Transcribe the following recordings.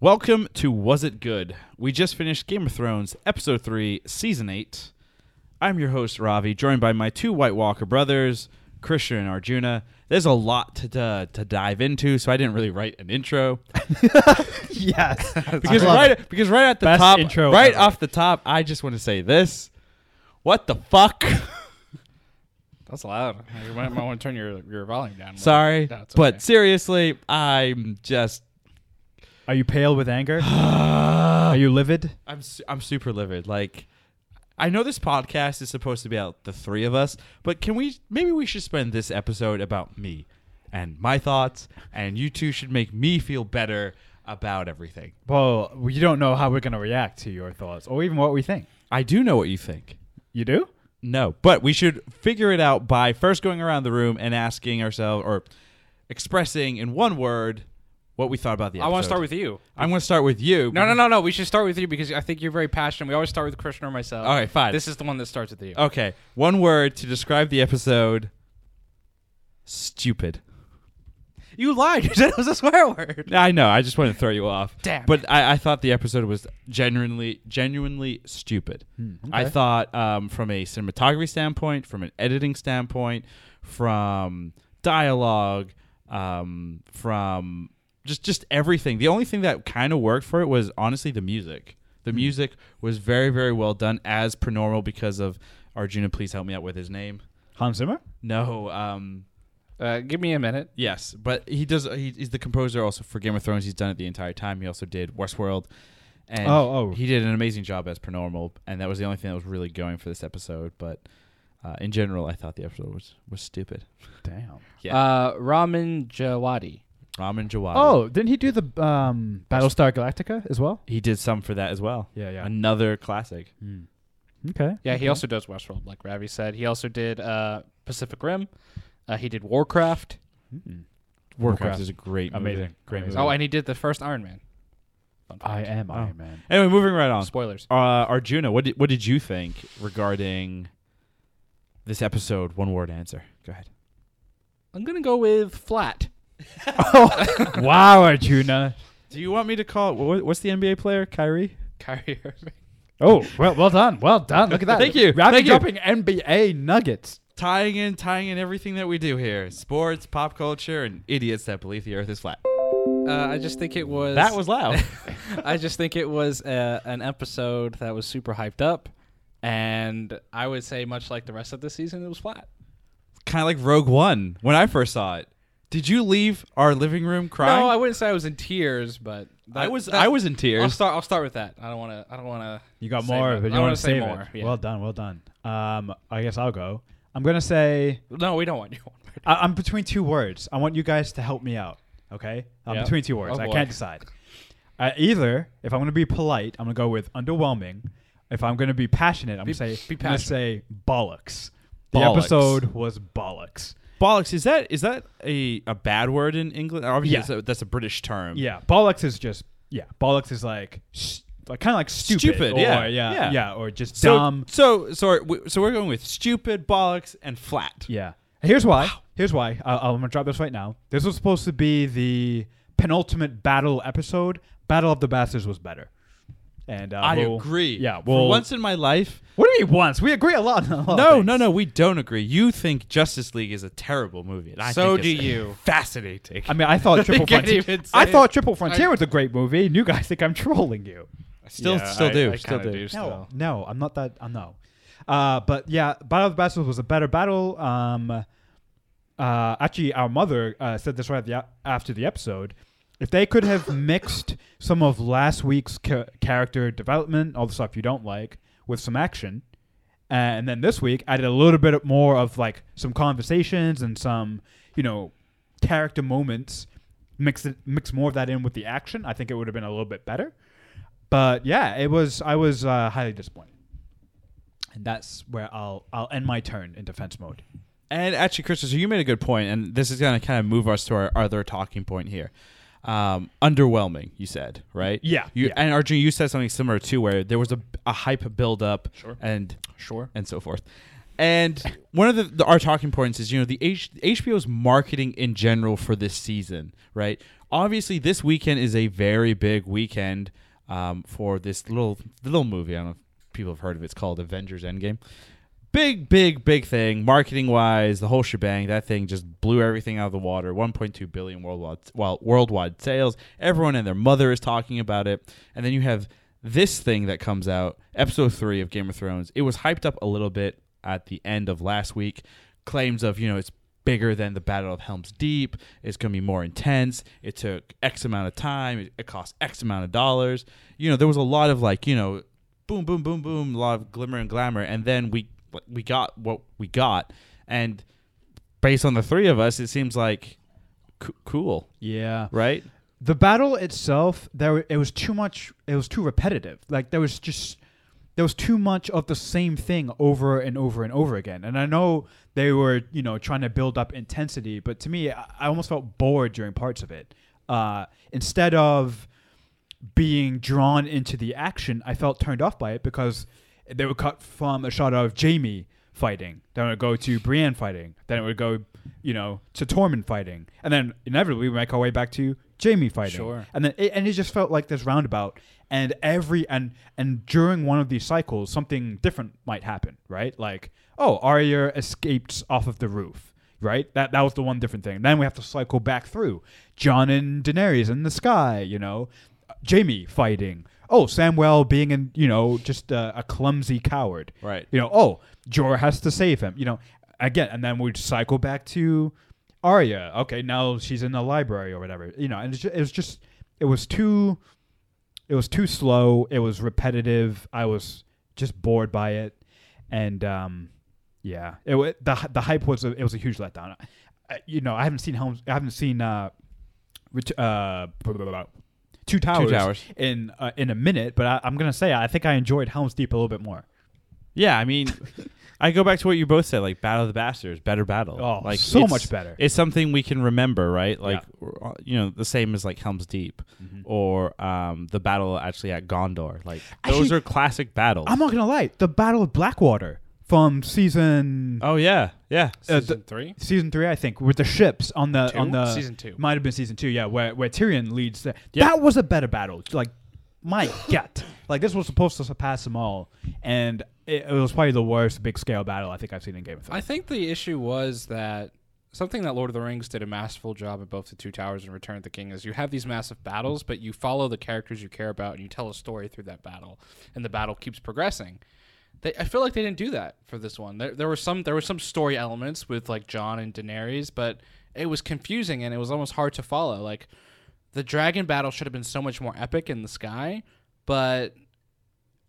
Welcome to Was It Good? We just finished Game of Thrones, Episode 3, Season 8. I'm your host, Ravi, joined by my two White Walker brothers, Krishna and Arjuna. There's a lot to, to, to dive into, so I didn't really write an intro. Yes. Because I love right, it. because right at the Best top, intro right ever. off the top, I just want to say this. What the fuck? That's loud. You might, might want to turn your, your volume down. a little. Sorry. No, it's But okay. seriously, I'm just Are you pale with anger? Are you livid? I'm su- I'm super livid. Like, I know this podcast is supposed to be about the three of us, but can we maybe we should spend this episode about me and my thoughts, and you two should make me feel better about everything. Well, we don't know how we're going to react to your thoughts or even what we think. I do know what you think. You do? No, but we should figure it out by first going around the room and asking ourselves or expressing in one word what we thought about the I episode. want to start with you. I'm going to start with you. No, no, no, no. We should start with you because I think you're very passionate. We always start with Krishna or myself. All right, fine. Oh. This is the one that starts with you. Okay, one word to describe the episode. Stupid. You lied. You said it was a swear word. I know. I just wanted to throw you off. Damn. But I, I thought the episode was genuinely, genuinely stupid. I thought, um, from a cinematography standpoint, from an editing standpoint, from dialogue, um, from just just everything. The only thing that kind of worked for it was honestly the music. The music was very, very well done as per normal because of Arjuna. Please help me out with his name. Hans Zimmer? No. Um, Uh, give me a minute. Yes, but he does. He, he's the composer also for Game of Thrones. He's done it the entire time. He also did Westworld, and Oh, oh. he did an amazing job as per normal. And that was the only thing that was really going for this episode. But uh, in general, I thought the episode was was stupid. Damn. Yeah. Uh, Raman Jawadi. Ramin Djawadi. Oh, didn't he do the um, Battlestar Galactica as well? he did some for that as well. Yeah, yeah. Another classic. Hmm. Okay. Yeah, Mm-hmm. he also does Westworld, like Ravi said. He also did uh, Pacific Rim. Uh, he did Warcraft. Hmm. Warcraft, Warcraft. is a great, movie. Amazing. Great movie. Oh, and he did the first Iron Man. Fun fact. I am Oh. Iron Man. Anyway, moving right on. Spoilers. Uh, Arjuna, what did what did you think regarding this episode? One word answer. Go ahead. I'm gonna go with flat. Oh. wow, Arjuna. Do you want me to call? wha- What's the NBA player? Kyrie. Kyrie Irving. Oh, well, well done. Well done. Look at that. Thank you. Ravi Thank you. dropping NBA nuggets. tying in tying in everything that we do here sports pop culture and idiots that believe the earth is flat Uh, I just think it was that was loud I just think it was uh an episode that was super hyped up, and I would say much like the rest of the season, it was flat. kind of like rogue one when i first saw it did you leave our living room crying No, I wouldn't say I was in tears, but I was that- i was in I'll tears start. I'll start with that. I don't want to. I don't want to. You got Save more, it. but I you want wanna to say save more, it. yeah. Well done. Well done. Um, I guess I'll go. I'm going to say No, we don't want you. I, I'm between two words. I want you guys to help me out. Okay, I'm Yeah. between two words. Oh, I boy. can't decide. I, either if I'm going to be polite, I'm going to go with underwhelming. If I'm going to be passionate, I'm Be- going to say be I'm gonna passionate. say bollocks. The Bollocks. episode was bollocks. bollocks is that is that a, a bad word in england obviously Yeah. that's, a, that's a british term Yeah, bollocks is just yeah. Bollocks is like s- like kind of like stupid. Stupid, or, yeah, yeah, yeah. yeah, or just so dumb. so so, are we- so we're going with stupid bollocks and flat Yeah. Here's why. Here's why. I, I'm gonna drop this right now. This was supposed to be the penultimate battle episode. Battle of the Bastards was better. And uh, i we'll- agree Yeah. For Well, Oh, once in my life What do you mean once? We agree a lot. on a lot of no, things. no, no. We don't agree. You think Justice League is a terrible movie. and I So think do it's you. Fascinating. I mean, I thought Triple can't Frontier. even say I thought it. Triple Frontier was a great movie, and you guys think I'm trolling you. Still, Yeah, still I- do. I still kinda do. do. No, Still. no, I'm not that. I'm no. Uh, but yeah, Battle of the Bastards was a better battle. Um, uh, actually, our mother uh, said this right at the, a- after the episode. If they could have mixed some of last week's ca- character development, all the stuff you don't like, with some action, and then this week added a little bit more of like some conversations and some, you know, character moments, mix it, mix more of that in with the action. I think it would have been a little bit better but yeah, it was. I was uh, highly disappointed, and that's where I'll I'll end my turn in defense mode. And actually, Christopher, so you made a good point, and this is going to kind of move us to our other talking point here. Um, underwhelming, you said, right? Yeah, You yeah. and Arjun, you said something similar too, where there was a, a hype buildup, Sure. and Sure. and so forth. And one of the, the our talking points is you know the H, HBO's marketing in general for this season, right? Obviously, this weekend is a very big weekend um, for this little little movie. I don't know if people have heard of it. It's called Avengers Endgame. Big, big, big thing marketing wise, the whole shebang. That thing just blew everything out of the water. 1.2 billion worldwide, well, worldwide sales. Everyone and their mother is talking about it. And then you have this thing that comes out, episode three of Game of Thrones, it was hyped up a little bit at the end of last week. Claims of, you know, it's bigger than the Battle of Helm's Deep. It's going to be more intense. It took X amount of time. It, it cost X amount of dollars. You know, there was a lot of like, you know, boom, boom, boom, boom, a lot of glimmer and glamour. And then we we got what we got. And based on the three of us, it seems like c- cool, Yeah. right? The battle itself, there were- it was too much. It was too repetitive. Like there was just there was too much of the same thing over and over and over again. And I know they were you know trying to build up intensity, but to me, I, I almost felt bored during parts of it. Uh, instead of being drawn into the action, I felt turned off by it because they would cut from a shot of Jamie fighting, then it would go to Brienne fighting, then it would go, you know, to Tormund fighting, and then inevitably we make our way back to Jamie fighting. Sure. And then it, and it just felt like this roundabout, and every and and during one of these cycles, something different might happen, right? Like, oh, Arya escapes off of the roof right? That that was the one different thing. Then we have to cycle back through John and Daenerys in the sky, you know, Jamie fighting. Oh, Samwell being in, you know, just a, a clumsy coward, Right. You know, oh, Jorah has to save him, you know, again, and then we cycle back to Arya. Okay, now she's in the library or whatever, you know, and it's ju- it was just it was too it was too slow. It was repetitive. I was just bored by it, and um, yeah, it wa- the hy- the hype was a, it was a huge letdown. I, you know, I haven't seen Helms. I haven't seen uh, ret- uh, blah, blah, blah, blah, two towers, Towers. in uh, in a minute. But I, I'm gonna say I think I enjoyed Helms Deep a little bit more. Yeah, I mean, I go back to what you both said, like Battle of the Bastards, better battle. Oh, like so it's- much better. It's something we can remember, right? Like, uh, you know, the same as like Helm's Deep Mm-hmm. or um, the battle actually at Gondor. Like, those Actually, are classic battles. I'm not gonna lie, the Battle of Blackwater from season oh yeah, yeah. uh, Season the- three. season three, I think, with the ships on the Two? on the Season two. might have been season two, yeah, where where Tyrion leads. The, Yeah. That was a better battle. Like my gut, like this was supposed to surpass them all, and it, it was probably the worst big scale battle I think I've seen in Game of Thrones. I think the issue was that something that Lord of the Rings did a masterful job at both the Two Towers and Return of the King is you have these massive battles, but you follow the characters you care about and you tell a story through that battle, and the battle keeps progressing. They, I feel like they didn't do that for this one. There, there were some there were some story elements with like John and Daenerys, but it was confusing and it was almost hard to follow. Like the dragon battle should have been so much more epic in the sky, but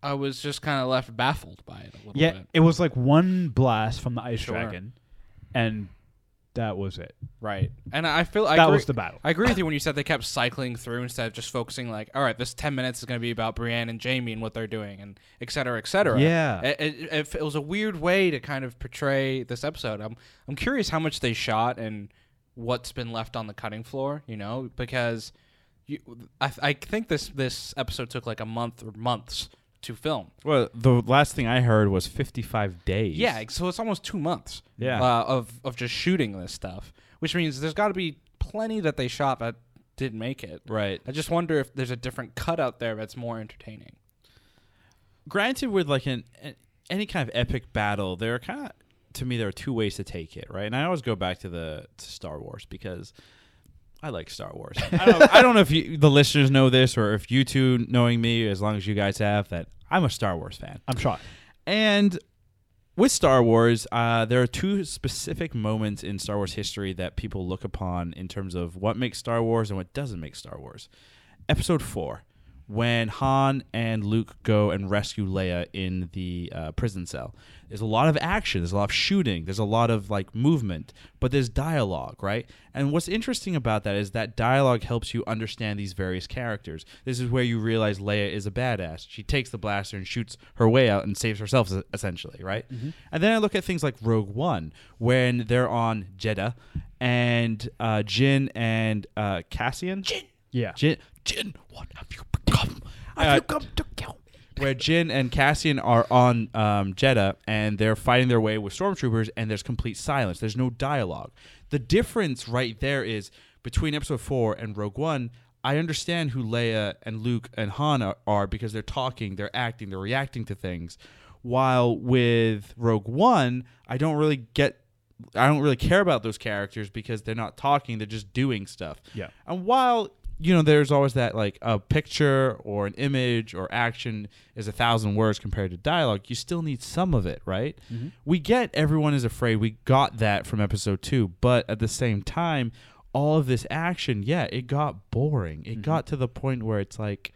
I was just kind of left baffled by it a little yeah, bit. it was like one blast from the ice Sure. dragon, and that was it. Right. And I feel I that agree, was the battle. I agree with you when you said they kept cycling through instead of just focusing like, all right, this 10 minutes is going to be about Brienne and Jamie and what they're doing and et cetera, et cetera. Yeah. It, it, it, it was a weird way to kind of portray this episode. I'm, I'm curious how much they shot and what's been left on the cutting floor, you know, because you, I, I think this, this episode took like a month or months to film. Well, the last thing I heard was 55 days. Yeah, so it's almost two months. Yeah. uh, of of just shooting this stuff, which means there's got to be plenty that they shot that didn't make it. right. I just wonder if there's a different cut out there that's more entertaining. granted with like an, an any kind of epic battle there are kind of to me there are two ways to take it right and i always go back to the to star wars because i like star wars i don't, I don't know if you, the listeners know this or if you two knowing me as long as you guys have that i'm a star wars fan I'm shocked. and with Star Wars, uh, there are two specific moments in Star Wars history that people look upon in terms of what makes Star Wars and what doesn't make Star Wars. Episode 4, when Han and Luke go and rescue Leia in the uh, prison cell. There's a lot of action, there's a lot of shooting, there's a lot of like movement, but there's dialogue, right? And what's interesting about that is that dialogue helps you understand these various characters. This is where you realize Leia is a badass. She takes the blaster and shoots her way out and saves herself, es- essentially, right? And then I look at things like Rogue One, when they're on Jeddah and uh, Jin and uh, Cassian. Jin! Yeah. Jin! Jin, what have you become? Have Uh, you come to kill me? where Jin and Cassian are on um, Jeddah and they're fighting their way with stormtroopers, and there's complete silence. There's no dialogue. The difference right there is between Episode Four and Rogue One. I understand who Leia and Luke and Han are, are because they're talking, they're acting, they're reacting to things. While with Rogue One, I don't really get I don't really care about those characters because they're not talking; they're just doing stuff. Yeah. And while you know, there's always that like a picture or an image or action is a thousand words compared to dialogue. You still need some of it, right? Mm-hmm. We get everyone is afraid. We got that from episode two, but at the same time, all of this action, yeah, it got boring. Mm-hmm. It got to the point where it's like,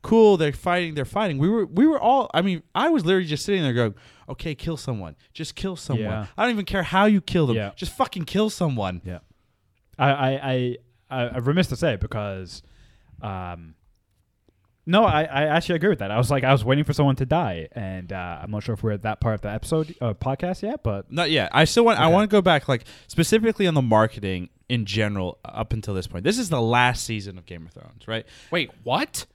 cool they're fighting they're fighting we were we were all i mean i was literally just sitting there going okay kill someone just kill someone Yeah. i don't even care how you kill them Yeah. just fucking kill someone Yeah, I I I, I I'm remiss to say because, um, no, I I actually agree with that. I was like I was waiting for someone to die, and uh, I'm not sure if we're at that part of the episode uh, podcast yet, but not yet i still want i Okay. want to go back like specifically on the marketing in general uh, up until this point this is the last season of game of thrones right Wait, what?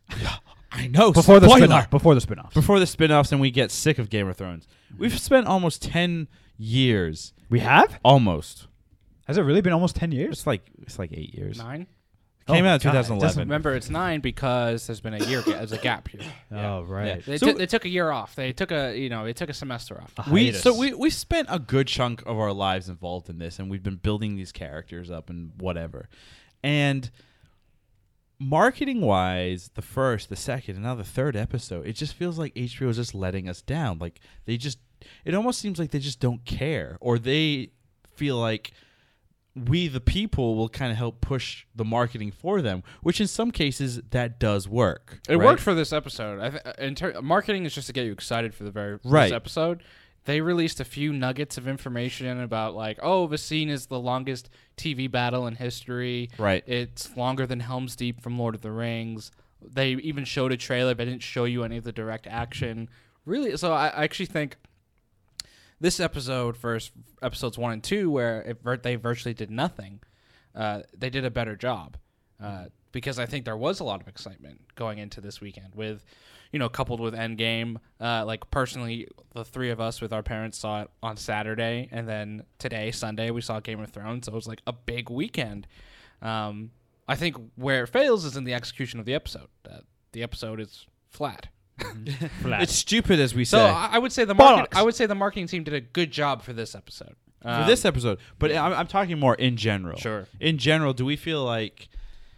i know before the spoiler! spin-off, before the spin-off, before the spin-offs and we get sick of game of thrones we've spent almost 10 years we have. almost Has it really been almost ten years? it's like it's like eight years Nine? came Oh out in my God, it doesn't 2011 Remember, it's nine because there's been a year. ga- There's a gap here. Oh right. They, So- took they took a year off. They took a you know they took a semester off. A we hiatus. so we we spent a good chunk of our lives involved in this and we've been building these characters up and whatever and marketing wise the first the second and now the third episode it just feels like hbo is just letting us down like they just it almost seems like they just don't care or they feel like we the people will kind of help push the marketing for them which in some cases that does work It right? worked for this episode. I th- in ter- marketing is just to get you excited for the very first Right. episode. They released a few nuggets of information about like, oh, the scene is the longest TV battle in history. Right. It's longer than Helm's Deep from Lord of the Rings. They even showed a trailer, but didn't show you any of the direct action. Really, so I, I actually think this episode versus episodes one and two, where it, vir- they virtually did nothing, uh, they did a better job uh, because I think there was a lot of excitement going into this weekend with, you know, coupled with Endgame. Uh, like personally, the three of us with our parents saw it on Saturday, and then today Sunday we saw Game of Thrones. So it was like a big weekend. Um, I think where it fails is in the execution of the episode. Uh, the episode is flat. Flat. it's stupid as we So say I, I would say the market, Bollocks. I would say the marketing team did a good job for this episode. for Um, this episode, but I'm, I'm talking more in general. Sure. In general, do we feel like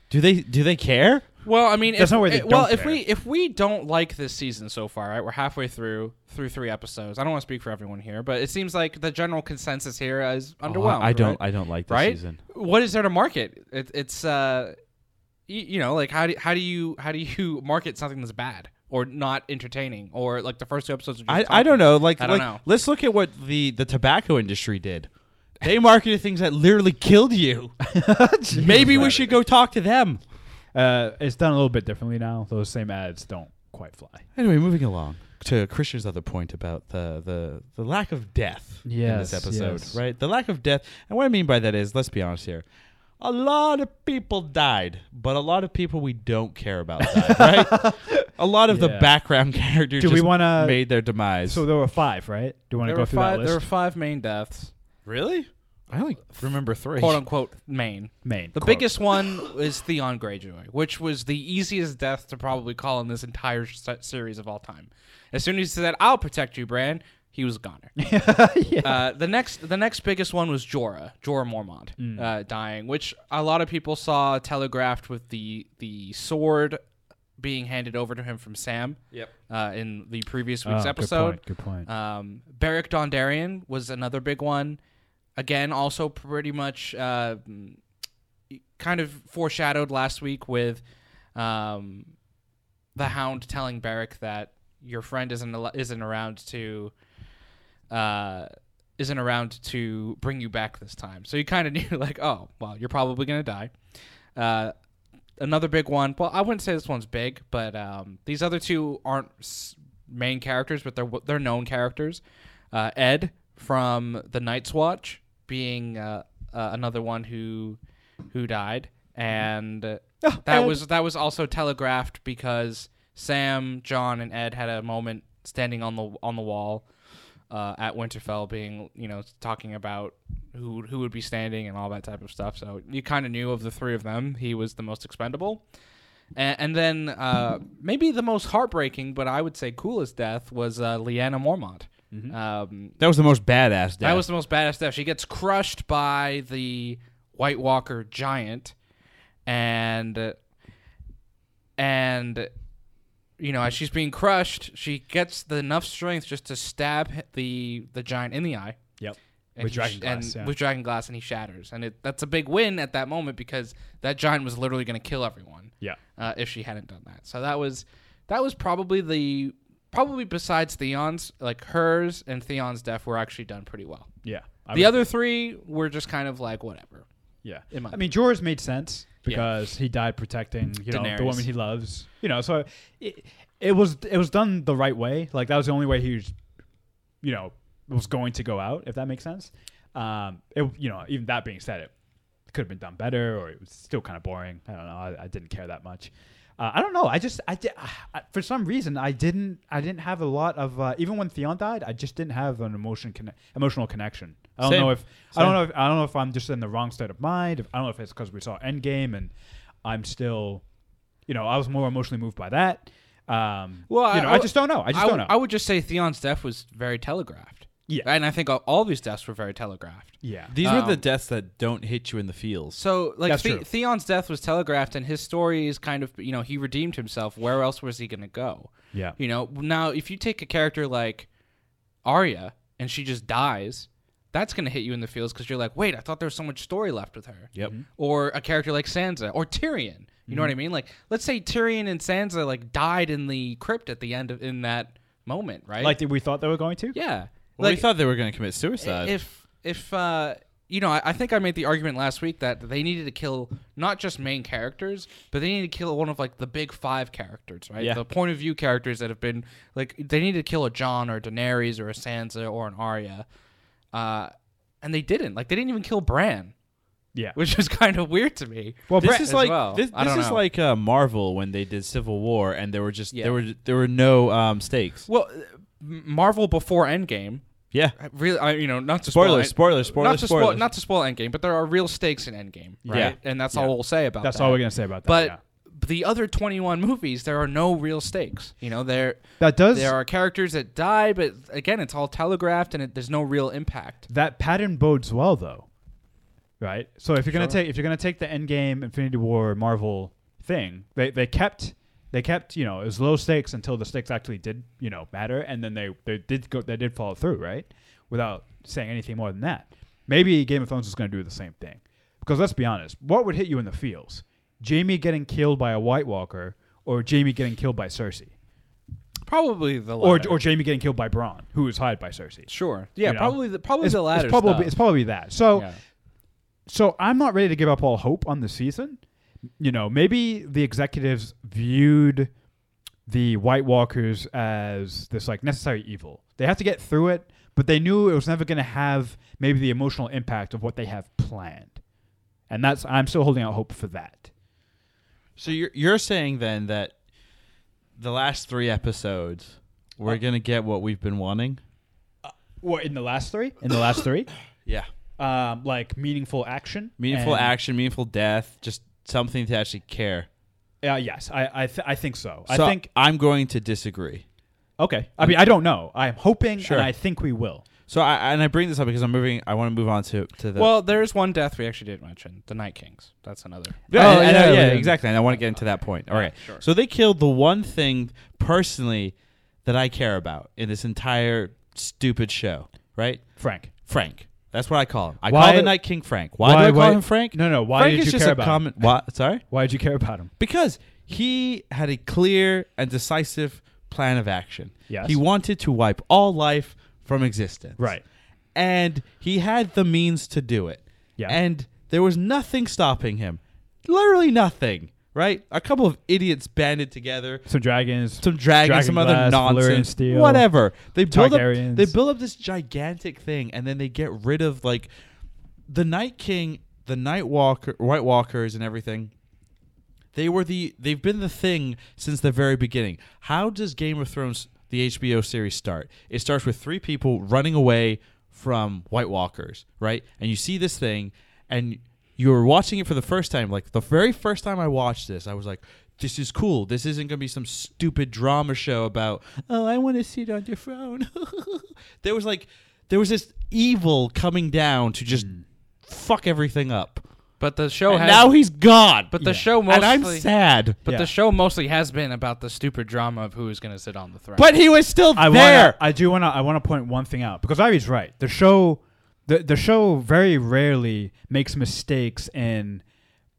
do they do they care? Well, I mean, There's if, no way they eh, well, don't if care. we if we don't like this season so far, right? We're halfway through through three episodes. I don't want to speak for everyone here, but it seems like the general consensus here is underwhelmed. Oh, I don't right? I don't like this right? season. What is there to market? It, it's uh, you, you know, like how do how do you how do you market something that's bad or not entertaining or like the first two episodes? Are just I, I talking? don't know. Like I don't like, know. let's look at what the the tobacco industry did. They marketed things that literally killed you. Maybe we should go talk to them. Uh, it's done a little bit differently now. Those same ads don't quite fly. Anyway, moving along to Christian's other point about the the, the lack of death in Yes, this episode, yes. right? The lack of death, and what I mean by that is, let's be honest here. A lot of people died, but a lot of people we don't care about died, right? A lot of the Yeah. background characters Do we just wanna- made their demise. So there were five, right? Do you want to There go were through five. that There were list? five main deaths, really? I only remember three. quote unquote main. Main. The biggest one is Theon Greyjoy, which was the easiest death to probably call in this entire se- series of all time. As soon as he said, "I'll protect you, Bran," he was a goner. uh, the next, the next biggest one was Jorah, Jorah Mormont, Hmm. uh, dying, which a lot of people saw telegraphed with the the sword being handed over to him from Sam. Yep. Uh, in the previous Oh, week's episode, Good point. Good point. um, Beric Dondarrion was another big one. Again, also pretty much uh, mm, kind of foreshadowed last week with um, the Hound telling Beric that your friend isn't al- isn't around to uh, isn't around to bring you back this time. So you kind of knew like, oh, well, you're probably gonna die. Uh, another big one. Well, I wouldn't say this one's big, but um, these other two aren't s- main characters, but they're they're known characters. Uh, Ed from the Night's Watch being uh, uh, another one who who died, and that Ed. was that was also telegraphed because Sam, John, and Ed had a moment standing on the on the wall uh, at Winterfell, being you know talking about who who would be standing and all that type of stuff. So you kind of knew of the three of them, he was the most expendable. And, and then uh, maybe the most heartbreaking, but I would say coolest death was uh, Leanna Mormont. Um, That was the most badass death. that was the most badass stuff. She gets crushed by the White Walker giant, and and you know as she's being crushed, she gets the enough strength just to stab h- the the giant in the eye. Yep. And With he dragon sh- glass, and yeah. with dragon glass, and he shatters, and it, that's a big win at that moment because that giant was literally going to kill everyone Yeah. uh, if she hadn't done that. So that was that was probably the probably besides Theon's like hers and Theon's death were actually done pretty well. Yeah. I The would- other three were just kind of like whatever. Yeah. in my- I mean, Jorah's made sense Yeah. because he died protecting you know Daenerys. the woman he loves. You know, so it, it was it was done the right way. Like that was the only way he was, you know, was going to go out. If that makes sense. Um, it you know even that being said, it could have been done better, or it was still kind of boring. I don't know. I, I didn't care that much. Uh, I don't know. I just I, did, I for some reason I didn't I didn't have a lot of uh, even when Theon died I just didn't have an emotion conne- emotional connection. I don't Same. know if I don't know if I don't know if I'm just in the wrong state of mind. If, I don't know if it's because we saw Endgame and I'm still, you know, I was more emotionally moved by that. Um, Well, you I- know, I I, w- just don't know. I just I don't w- know. I would just say Theon's death was very telegraphed. Yeah. and I think all, all these deaths were very telegraphed. yeah, These were the Um, deaths that don't hit you in the feels. So like That's the- true. Theon's death was telegraphed, and his story is kind of you know he redeemed himself. Where else was he gonna go? yeah, You know, now if you take a character like Arya and she just dies, that's going to hit you in the feels because you're like, wait, I thought there was so much story left with her. Yep. Or a character like Sansa or Tyrion. You know what I mean? Like, let's say Tyrion and Sansa like died in the crypt at the end of in that moment, right? like did we thought they were going to. yeah. Well, like, we thought they were going to commit i- suicide. if if uh, you know, I, I think I made the argument last week that they needed to kill not just main characters, but they needed to kill one of like the big five characters, right? Yeah. The point of view characters that have been like they needed to kill a John or a Daenerys or a Sansa or an Arya, uh, and they didn't. Like they didn't even kill Bran, yeah. which is kind of weird to me. Well, this Brett, is as like well. this, I this don't is know. like uh, Marvel when they did Civil War and there were just Yeah. there were there were no um, stakes. Well, uh, Marvel before Endgame, Yeah. really, I, you know, not to Spoiler, spoil, spoiler, spoiler, not to spoil, spoiler. not to spoil Endgame, but there are real stakes in Endgame, right? Yeah. And that's Yeah. all we'll say about that's that. all we're gonna say about that. But yeah. the other 21 movies, there are no real stakes. You know, there that does there are characters that die, but again, it's all telegraphed and it, there's no real impact. that pattern bodes well though right so if you're gonna take if you're gonna take the endgame infinity war marvel thing they they kept they kept you know it was low stakes until the stakes actually did you know matter and then they they did go they did follow through right without saying anything more than that maybe game of thrones is gonna do the same thing because let's be honest what would hit you in the feels jamie getting killed by a white walker or jamie getting killed by cersei Probably the or, latter. or Jamie getting killed by Braun, who was hired by Cersei. sure, yeah, you know? probably the probably it's, the latter. it's probably stuff. it's probably that. So Yeah. so I'm not ready to give up all hope on the season. You know, maybe the executives viewed the White Walkers as this like necessary evil. They have to get through it, but they knew it was never going to have maybe the emotional impact of what they have planned. And that's I'm still holding out hope for that. So you're you're saying then that the last three episodes we're gonna get what we've been wanting. Or in the last three, in the last three, Yeah, um, like meaningful action, meaningful and- action, meaningful death, just something to actually care. Uh, yes, I I, th- I think so. I So think I'm going to disagree. okay. I mean, I don't know. I'm hoping, Sure. and I think we will. So I and I bring this up because I'm moving. I want to move on to to the well, there's one death we actually didn't mention, the Night Kings. That's another. Yeah, Oh, and- and- yeah, yeah, yeah. exactly. And I want to get into that point. All right. sure. So they killed the one thing personally that I care about in this entire stupid show, right? Frank, Frank. That's what I call him. I Why- call the Night King Frank. Why, do I call him Frank? No, no. Why Frank did is you just care a about him? common. Why, sorry, Why did you care about him? because he had a clear and decisive plan of action. Yes. He wanted to wipe all life from existence. Right. And he had the means to do it. Yeah. And there was nothing stopping him. Literally nothing. Right? A couple of idiots banded together Some dragons. some dragons, Dragon some other glass, Valyrian nonsense, steel. whatever. They build up, Targaryens. they build up this gigantic thing, and then they get rid of like the Night King, the Night Walker, White Walkers, and everything. They were the they've been the thing since the very beginning. How does Game of Thrones the HBO series start? It starts with three people running away from White Walkers, right? And you see this thing and you were watching it for the first time. Like the very first time I watched this, I was like this is cool. This isn't going to be some stupid drama show about, oh, I want to sit on your throne. there was like, there was this evil coming down to just fuck everything up. But the show And has now he's gone. But the Yeah. show mostly and I'm sad. But Yeah. the show mostly has been about the stupid drama of who is going to sit on the throne. But he was still I there. Wanna, I do wanna. I wanna point one thing out because Ivy's right. The show, the the show very rarely makes mistakes in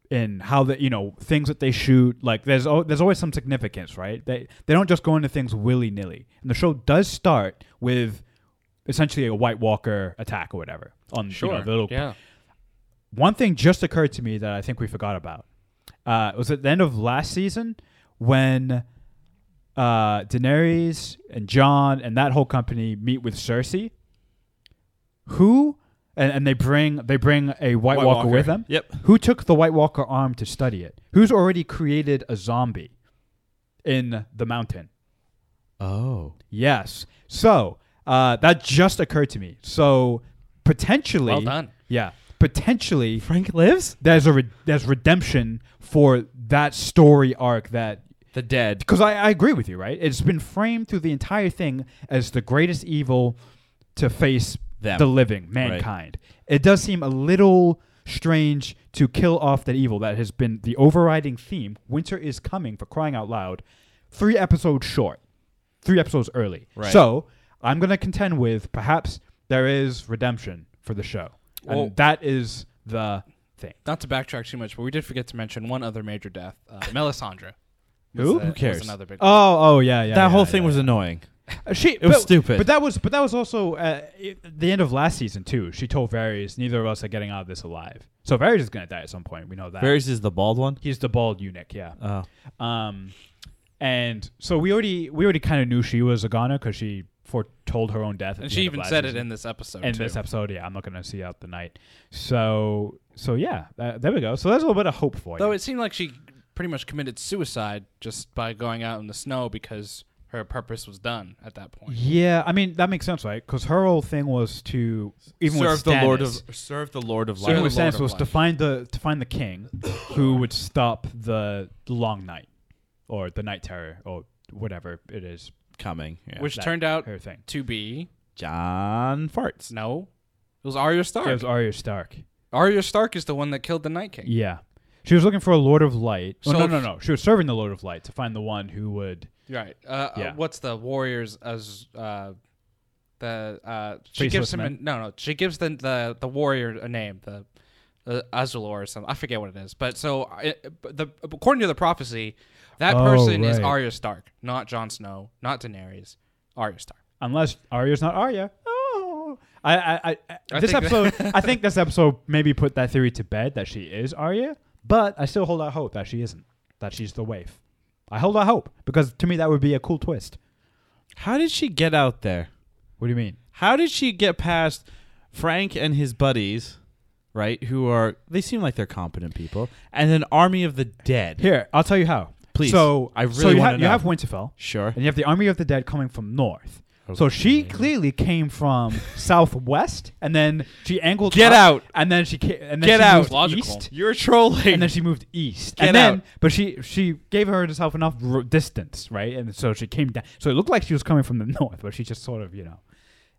in how the you know things that they shoot. Like there's al- there's always some significance, right? They they don't just go into things willy nilly. And the show does start with essentially a White Walker attack or whatever on you know, the little yeah. one thing just occurred to me that I think we forgot about. Uh, it was at the end of last season when uh, Daenerys and John and that whole company meet with Cersei. Who and, and they bring they bring a White, White Walker, Walker. with them. Yep. Who took the White Walker arm to study it? Who's already created a zombie in the mountain? oh. Yes. So uh, that just occurred to me. So potentially, Well done. yeah, potentially Frank lives? there's a re- there's redemption for that story arc that The dead. because I, I agree with you right it's been framed through the entire thing as the greatest evil to face Them. the living Right. mankind it does seem a little strange to kill off that evil that has been the overriding theme winter is coming for crying out loud three episodes short three episodes early Right. so i'm going to contend with perhaps there is redemption for the show Well- and that is the thing Not to backtrack too much, but we did forget to mention one other major death, uh, Melisandre. Who? Was, uh, Who cares? Was another big Oh, oh yeah, yeah. that yeah, whole yeah, thing yeah. was annoying. Uh, She it was stupid. But that was but that was also uh, i the end of last season too. She told Varys, "Neither of us are getting out of this alive." So Varys is gonna die at some point. We know that. Varys is the bald one. He's the bald eunuch. Yeah. Oh. Um, and so we already we already kind of knew she was a goner because she foretold her own death. at and the she end of even last said season. it in this episode. in too. this episode. Yeah, I'm not gonna see out the night. So so yeah, uh, there we go. So there's a little bit of hope for Though you. it seemed like she pretty much committed suicide just by going out in the snow because her purpose was done at that point. yeah, I mean that makes sense, right? Because her whole thing was to even with serve the Lord Stannis- of serve the Lord of Serve Even Light. the with Lord Sansa of was to Light. find the to find the king, who would stop the long night, or the night terror, or whatever it is. Coming. Yeah. Which that- turned out Her thing. to be John farts. no. It was Arya Stark. It was Arya Stark. Arya Stark is the one that killed the Night King. Yeah, she was looking for a Lord of Light. Oh, So no, if- no, no. She was serving the Lord of Light to find the one who would. Right. Uh, uh, Yeah. what's the Warriors as uh, the uh, she Faceless gives him a, men? no no she gives the the the warrior a name the. Uh, Azulor or something. I forget what it is. But so, uh, the according to the prophecy, that Oh, person is right. Arya Stark, not Jon Snow, not Daenerys. Arya Stark. Unless Arya's not Arya. Oh, I, I, I, I this think- episode. I think this episode maybe put that theory to bed that she is Arya, but I still hold out hope that she isn't. That she's the waif. I hold out hope because to me that would be a cool twist. How did she get out there? What do you mean? How did she get past Frank and his buddies, right? Who are they seem like they're competent people, and an army of the dead. Here, I'll tell you how. Please. So I so really you, wanna you know. have Winterfell, Sure. and you have the army of the dead coming from north. So she clearly came from southwest, and then she angled. Get up, out. And then she came, and then Get she out. moved Logical. east, You're trolling. and then she moved east, Get and then out. but she she gave herself enough r- distance, right? And so she came down. So it looked like she was coming from the north, but she just sort of you know,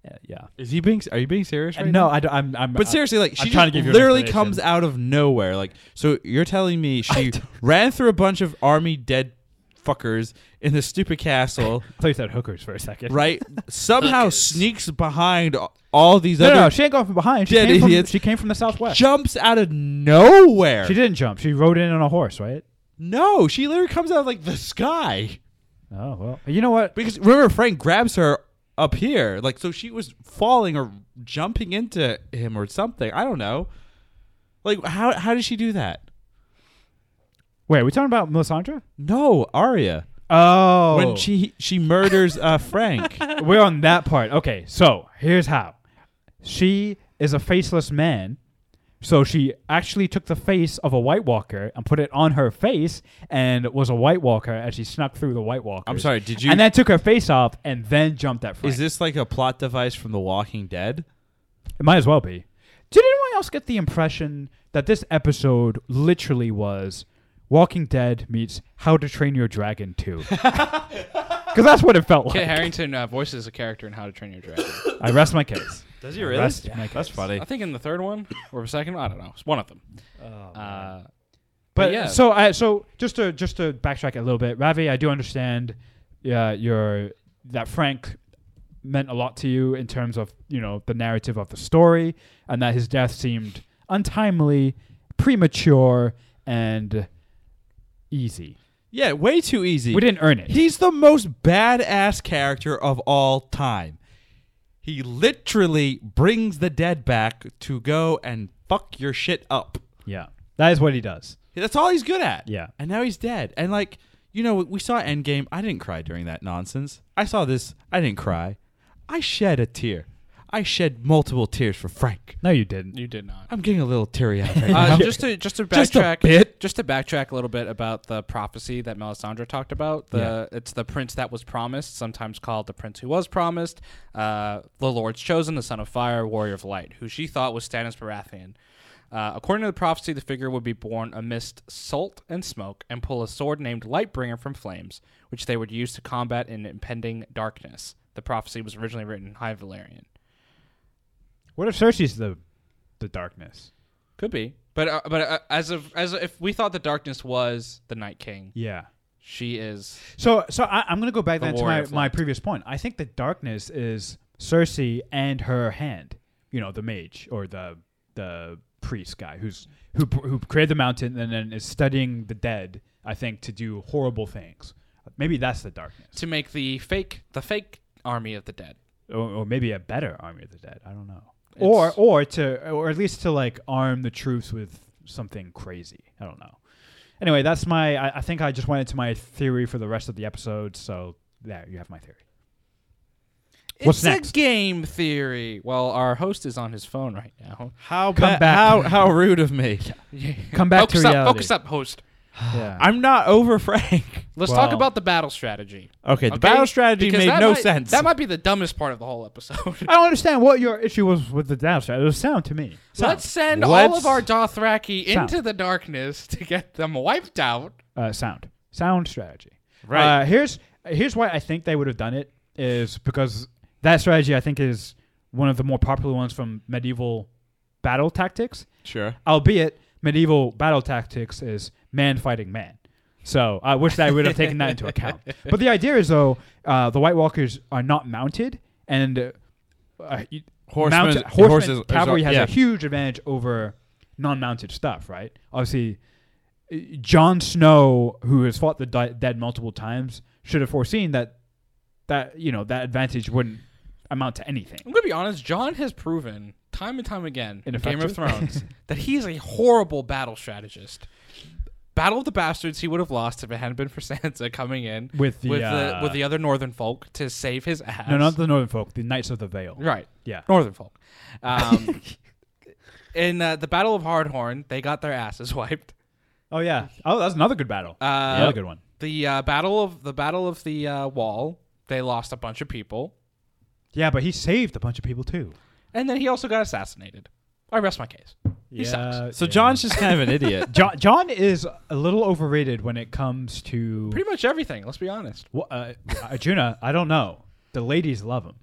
uh, yeah. Is he being? Are you being serious? Right And now? no, I, don't- I'm I'm. But I- seriously, like I'm she trying to just give you an literally explanation. comes out of nowhere. Like, so you're telling me she ran through a bunch of army dead fuckers in the stupid castle, I thought you said hookers for a second. right? Somehow Fuckers. sneaks behind a- all these No, other no, no, she ain't going from behind. She Dead came from- idiots. she came from the southwest. jumps out of nowhere. She didn't jump. She rode in on a horse, right? No, she literally comes out of like the sky. Oh well. You know what? Because remember, Frank grabs her up here, like so she was falling or jumping into him or something. I don't know. Like how how did she do that? Wait, are we talking about Melisandre? No, Arya. Oh, When she she murders uh, Frank. we're on that part. Okay, so here's how: she is a faceless man So she actually took the face of a White Walker and put it on her face, and was a White Walker as she snuck through the White Walker. I'm sorry, did you- And then took her face off, and then jumped at Frank. Is this like a plot device from The Walking Dead? It might as well be. Did anyone else get the impression that this episode literally was Walking Dead meets How to Train Your Dragon 2? Because that's what it felt Kit like. Harrington uh, voices a character in How to Train Your Dragon. I rest my case. Does he really? Rest my That's case. funny. I think in the third one or the second, I don't know. It's one of them. Uh, but yeah. so I so just to just to backtrack a little bit, Ravi, I do understand uh, your that Frank meant a lot to you in terms of you know the narrative of the story, and that his death seemed untimely, premature, and easy. Yeah, way too easy. We didn't earn it. He's the most badass character of all time. He literally brings the dead back to go and fuck your shit up. Yeah, that is what he does. That's all he's good at. Yeah. And now he's dead. And like, you know, we saw Endgame. I didn't cry during that nonsense. I saw this. I didn't cry. I shed a tear. I shed multiple tears for Frank. No, you didn't. you did not. I'm getting a little teary eyed right now. Uh, just to just to backtrack Just a bit. just to backtrack a little bit about the prophecy that Melisandre talked about. The it's the prince that was promised, sometimes called the prince who was promised, uh, the Lord's chosen, the son of fire, warrior of light, who she thought was Stannis Baratheon. Uh, according to the prophecy, the figure would be born amidst salt and smoke and pull a sword named Lightbringer from flames, which they would use to combat an impending darkness. The prophecy was originally written in High Valerian. What if Cersei's the the darkness? Could be, but uh, but uh, as of as of- if we thought the darkness was the Night King, Yeah. she is So so I, I'm gonna go back The then to warrior my, of my light. previous point. I think the darkness is Cersei and her hand. You know, the mage or the the priest guy who's who who created the mountain and then is studying the dead. I think to do horrible things. Maybe that's the darkness, to make the fake the fake army of the dead. or, or maybe a better army of the dead. I don't know. Or It's- or to or at least to like arm the troops with something crazy. I don't know. Anyway, that's my. I, I think I just went into my theory for the rest of the episode. So there you have my theory. What's it's next? a game theory. Well, our host is on his phone right now. How Come ba- back. how how rude of me. Come back focus to up, reality. focus up, host. Yeah. I'm not over Frank. Let's Well- talk about the battle strategy. Okay, the okay? battle strategy Because made that no might- sense. That might be the dumbest part of the whole episode. I don't understand what your issue was with the downside. It was sound to me. Sound. Let's send all Let's- of our Dothraki Sound. into the darkness to get them wiped out. Uh, sound. Sound strategy. Right. Uh, here's here's why I think they would have done it is because that strategy I think is one of the more popular ones from medieval battle tactics. sure. albeit medieval battle tactics is man fighting man. So I wish that I would have taken that into account. But the idea is though, uh, the White Walkers are not mounted, and uh, uh, y- Horsemen- mounted- horsemen horses- cavalry has yeah. a huge advantage over non-mounted stuff, right? Obviously, uh, Jon Snow, who has fought the di- dead multiple times, should have foreseen that that you know that advantage wouldn't amount to anything. I'm gonna be honest. John has proven time and time again in Game of Ineffective? Thrones that he is a horrible battle strategist. Battle of the Bastards, he would have lost if it hadn't been for Sansa coming in With the, with, uh, the, with the other Northern folk to save his ass. No, not the Northern folk, the Knights of the Vale. right. Yeah. Northern folk. Um, in uh, the Battle of Hardhorn, they got their asses wiped. Oh yeah. Oh, that's another good battle. Uh, another good one. The uh, battle of the Battle of the uh, Wall, they lost a bunch of people, Yeah, but he saved a bunch of people too. and then he also got assassinated. I rest my case. He sucks. So John's just kind of an idiot. John, John is a little overrated when it comes to Pretty much everything. Let's be honest. Wha- uh, Arjuna. I don't know. The ladies love him,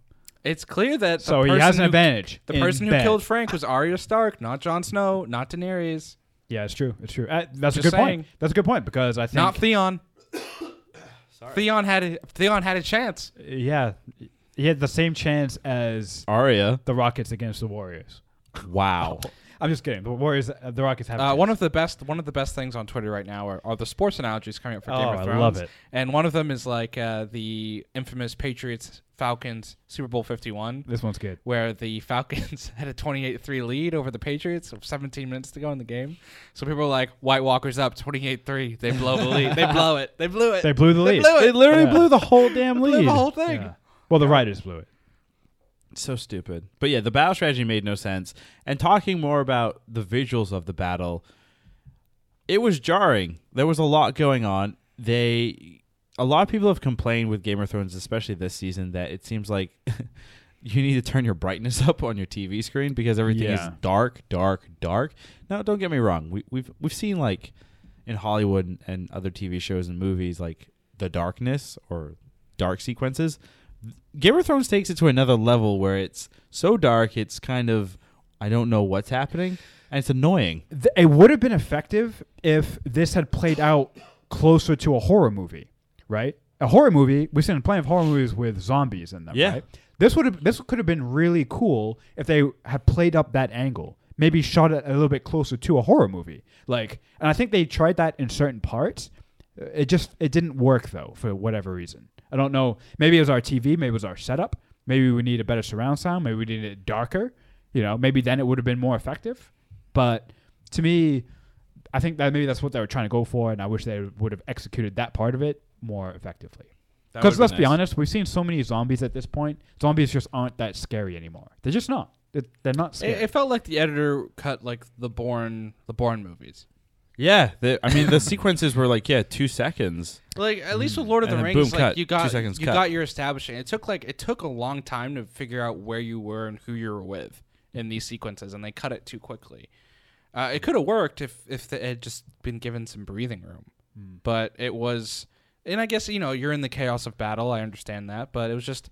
It's clear that the so he person has an who- advantage. The in person who bed. killed Frank was Arya Stark, not Jon Snow, not Daenerys, Yeah, it's true. It's true. Uh, that's a Just good saying. point. That's a good point because I think. not Theon. Theon had a, Theon had a chance. yeah, he had the same chance as Arya. the Rockets against the Warriors. Wow. I'm just kidding. The Warriors, uh, the Rockets have. a Uh, chance. one of the best one of the best things on Twitter right now are, are the sports analogies coming up for Game Oh, of I Thrones. love it. And one of them is like uh, the infamous Patriots Falcons Super Bowl 51 this one's good. where the Falcons had a 28-3 lead over the Patriots with 17 minutes to go in the game. So people were like, "White Walkers up 28-3. They blow the lead. They blow it. They blew it. They blew the lead. blew it. They literally Yeah. blew the whole damn blew the lead. whole thing." Yeah. Well, the Riders blew it. So stupid. But yeah, the battle strategy made no sense. And talking more about the visuals of the battle, it was jarring. There was a lot going on. They a lot of people have complained with Game of Thrones, especially this season, that it seems like you need to turn your brightness up on your TV screen because everything Yeah. is dark, dark, dark. Now, don't get me wrong. We, we've we've seen like in Hollywood and, and other TV shows and movies like the darkness or dark sequences. Game of Thrones takes it to another level where it's so dark, it's kind of I don't know what's happening, and it's annoying. Th- it would have been effective if this had played out closer to a horror movie, right? A horror movie. We've seen plenty of horror movies with zombies in them, Yeah. right? This would have this could have been really cool if they had played up that angle. Maybe shot it a little bit closer to a horror movie. Like, and I think they tried that in certain parts. Uh, It just it didn't work though for whatever reason. I don't know. Maybe it was our TV. Maybe it was our setup. Maybe we need a better surround sound. Maybe we need it darker. You know, maybe then it would have been more effective. But to me, I think that maybe that's what they were trying to go for, and I wish they would have executed that part of it more effectively. That Because would've let's been be nice. honest, we've seen so many zombies at this point. Zombies just aren't that scary anymore. They're just not. They're, they're not scary. It, it felt like the editor cut like the Bourne the Bourne movies. Yeah, the, I mean the sequences were like yeah, two seconds. Like at least with Lord of And the then Rings, boom, like cut. you got Two seconds, you cut. got your establishing. It took like it took a long time to figure out where you were and who you were with in these sequences, and they cut it too quickly. Uh, it could have worked if if it had just been given some breathing room, but it was, and I guess you know you're in the chaos of battle. I understand that, but it was just.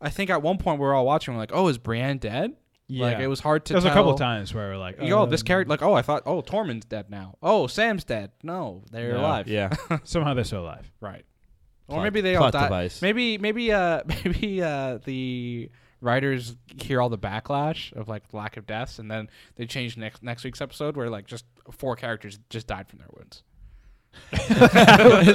I think at one point we were all watching. We're like, "Oh, is Brienne dead?" Like Yeah. it was hard to. There's a couple tell. times where we're like, Yo, this um, character, like, oh, I thought, oh, Tormund's dead now. Oh, Sam's dead. No, they're No. alive. Yeah, somehow they're still alive. Right. Plot- or maybe they all plot die. device. Maybe maybe uh maybe uh the writers hear all the backlash of like lack of deaths, and then they change next next week's episode where like just four characters just died from their wounds. And- and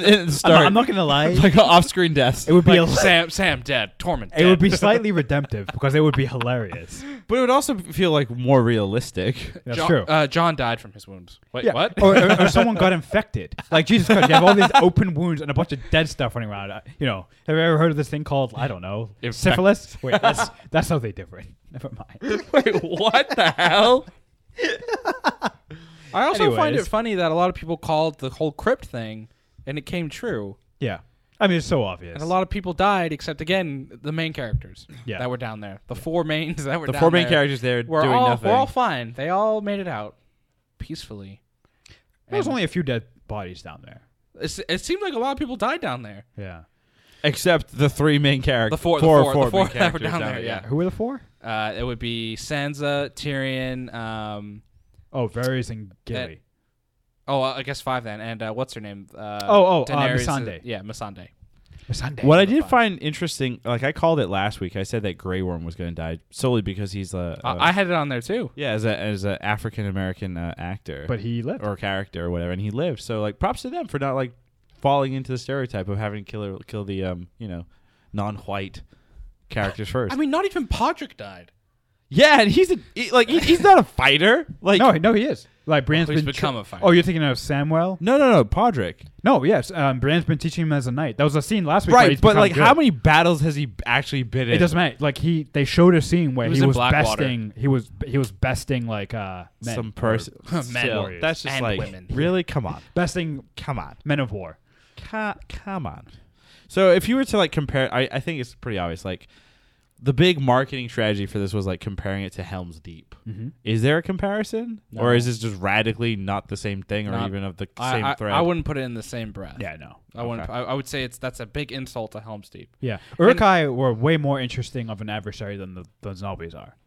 I'm not, start I'm not gonna lie. like off-screen deaths. it would be Like, a, Sam Sam dead, Tormund. it would be dead. slightly redemptive because it would be hilarious. But it would also feel like more realistic. That's John, true. Uh, John died from his wounds. Wait, yeah. Oh, what? Or, or, or someone got infected. Like Jesus Christ, you have all these open wounds and a bunch of dead stuff running around. Uh, You know, have you ever heard of this thing called I don't know Infect- syphilis? Wait, that's that's how they differ. Never mind. Wait, what the hell? I also find Anyways. it funny that a lot of people called the whole crypt thing, and it came true. Yeah, I mean it's so obvious. And a lot of people died, except again the main characters Yeah. that were down there. The four mains that were The down four main there characters there were doing all nothing. were all fine. They all made it out peacefully. There's And only a few dead bodies down there. it's- it, seemed like a lot of people died down there. Yeah. Except the three main characters. The four- the four, four- the four main that were characters down there, Oh, yeah. Who were the four? Uh, it would be Sansa, Tyrion. Um, Oh, Varys and Gilly. oh, I guess five then. And uh, what's her name? Uh, Oh, oh, uh, Daenerys- Missandei. yeah, Missandei. Sunday. What I the did five. find interesting, like I called it last week, I said that Grey Worm was going to die solely because he's a, a Uh, I I had it on there too. yeah, as a as an African American uh, actor But he lived. or character or whatever, and he lived. So like, props to them for not like falling into the stereotype of having to kill kill the um you know non-white characters first. I mean, not even Podrick died. yeah, and he's a he- like he, he's not a fighter. Like no, no, he is. Like Brienne's he's been become a fighter. Oh, you're thinking of Samwell? no, no, no, Podrick. No, yes. Um, Brienne's been teaching him as a knight. That was a scene last week. where Right, he's but become like, good. how many battles has he actually been in? It doesn't matter. Like he, they showed a scene where He he was was, in Blackwater. besting. He was he was besting like uh, men, some or person. Men Still, warriors. That's just And like women. really. Come on, besting come on, men of war. Ca- come on. So if you were to like compare, I, I think it's pretty obvious. Like the big marketing strategy for this was like comparing it to Helm's Deep. Mm-hmm. Is there a comparison, or is this just radically not the same thing, or Not- even of the I- same I, thread? I, wouldn't put it in the same breath. Yeah, no. I wouldn't. I, I would say it's that's a big insult to Helm's Deep. Yeah, Urukai were way more interesting of an adversary than the, the zombies are.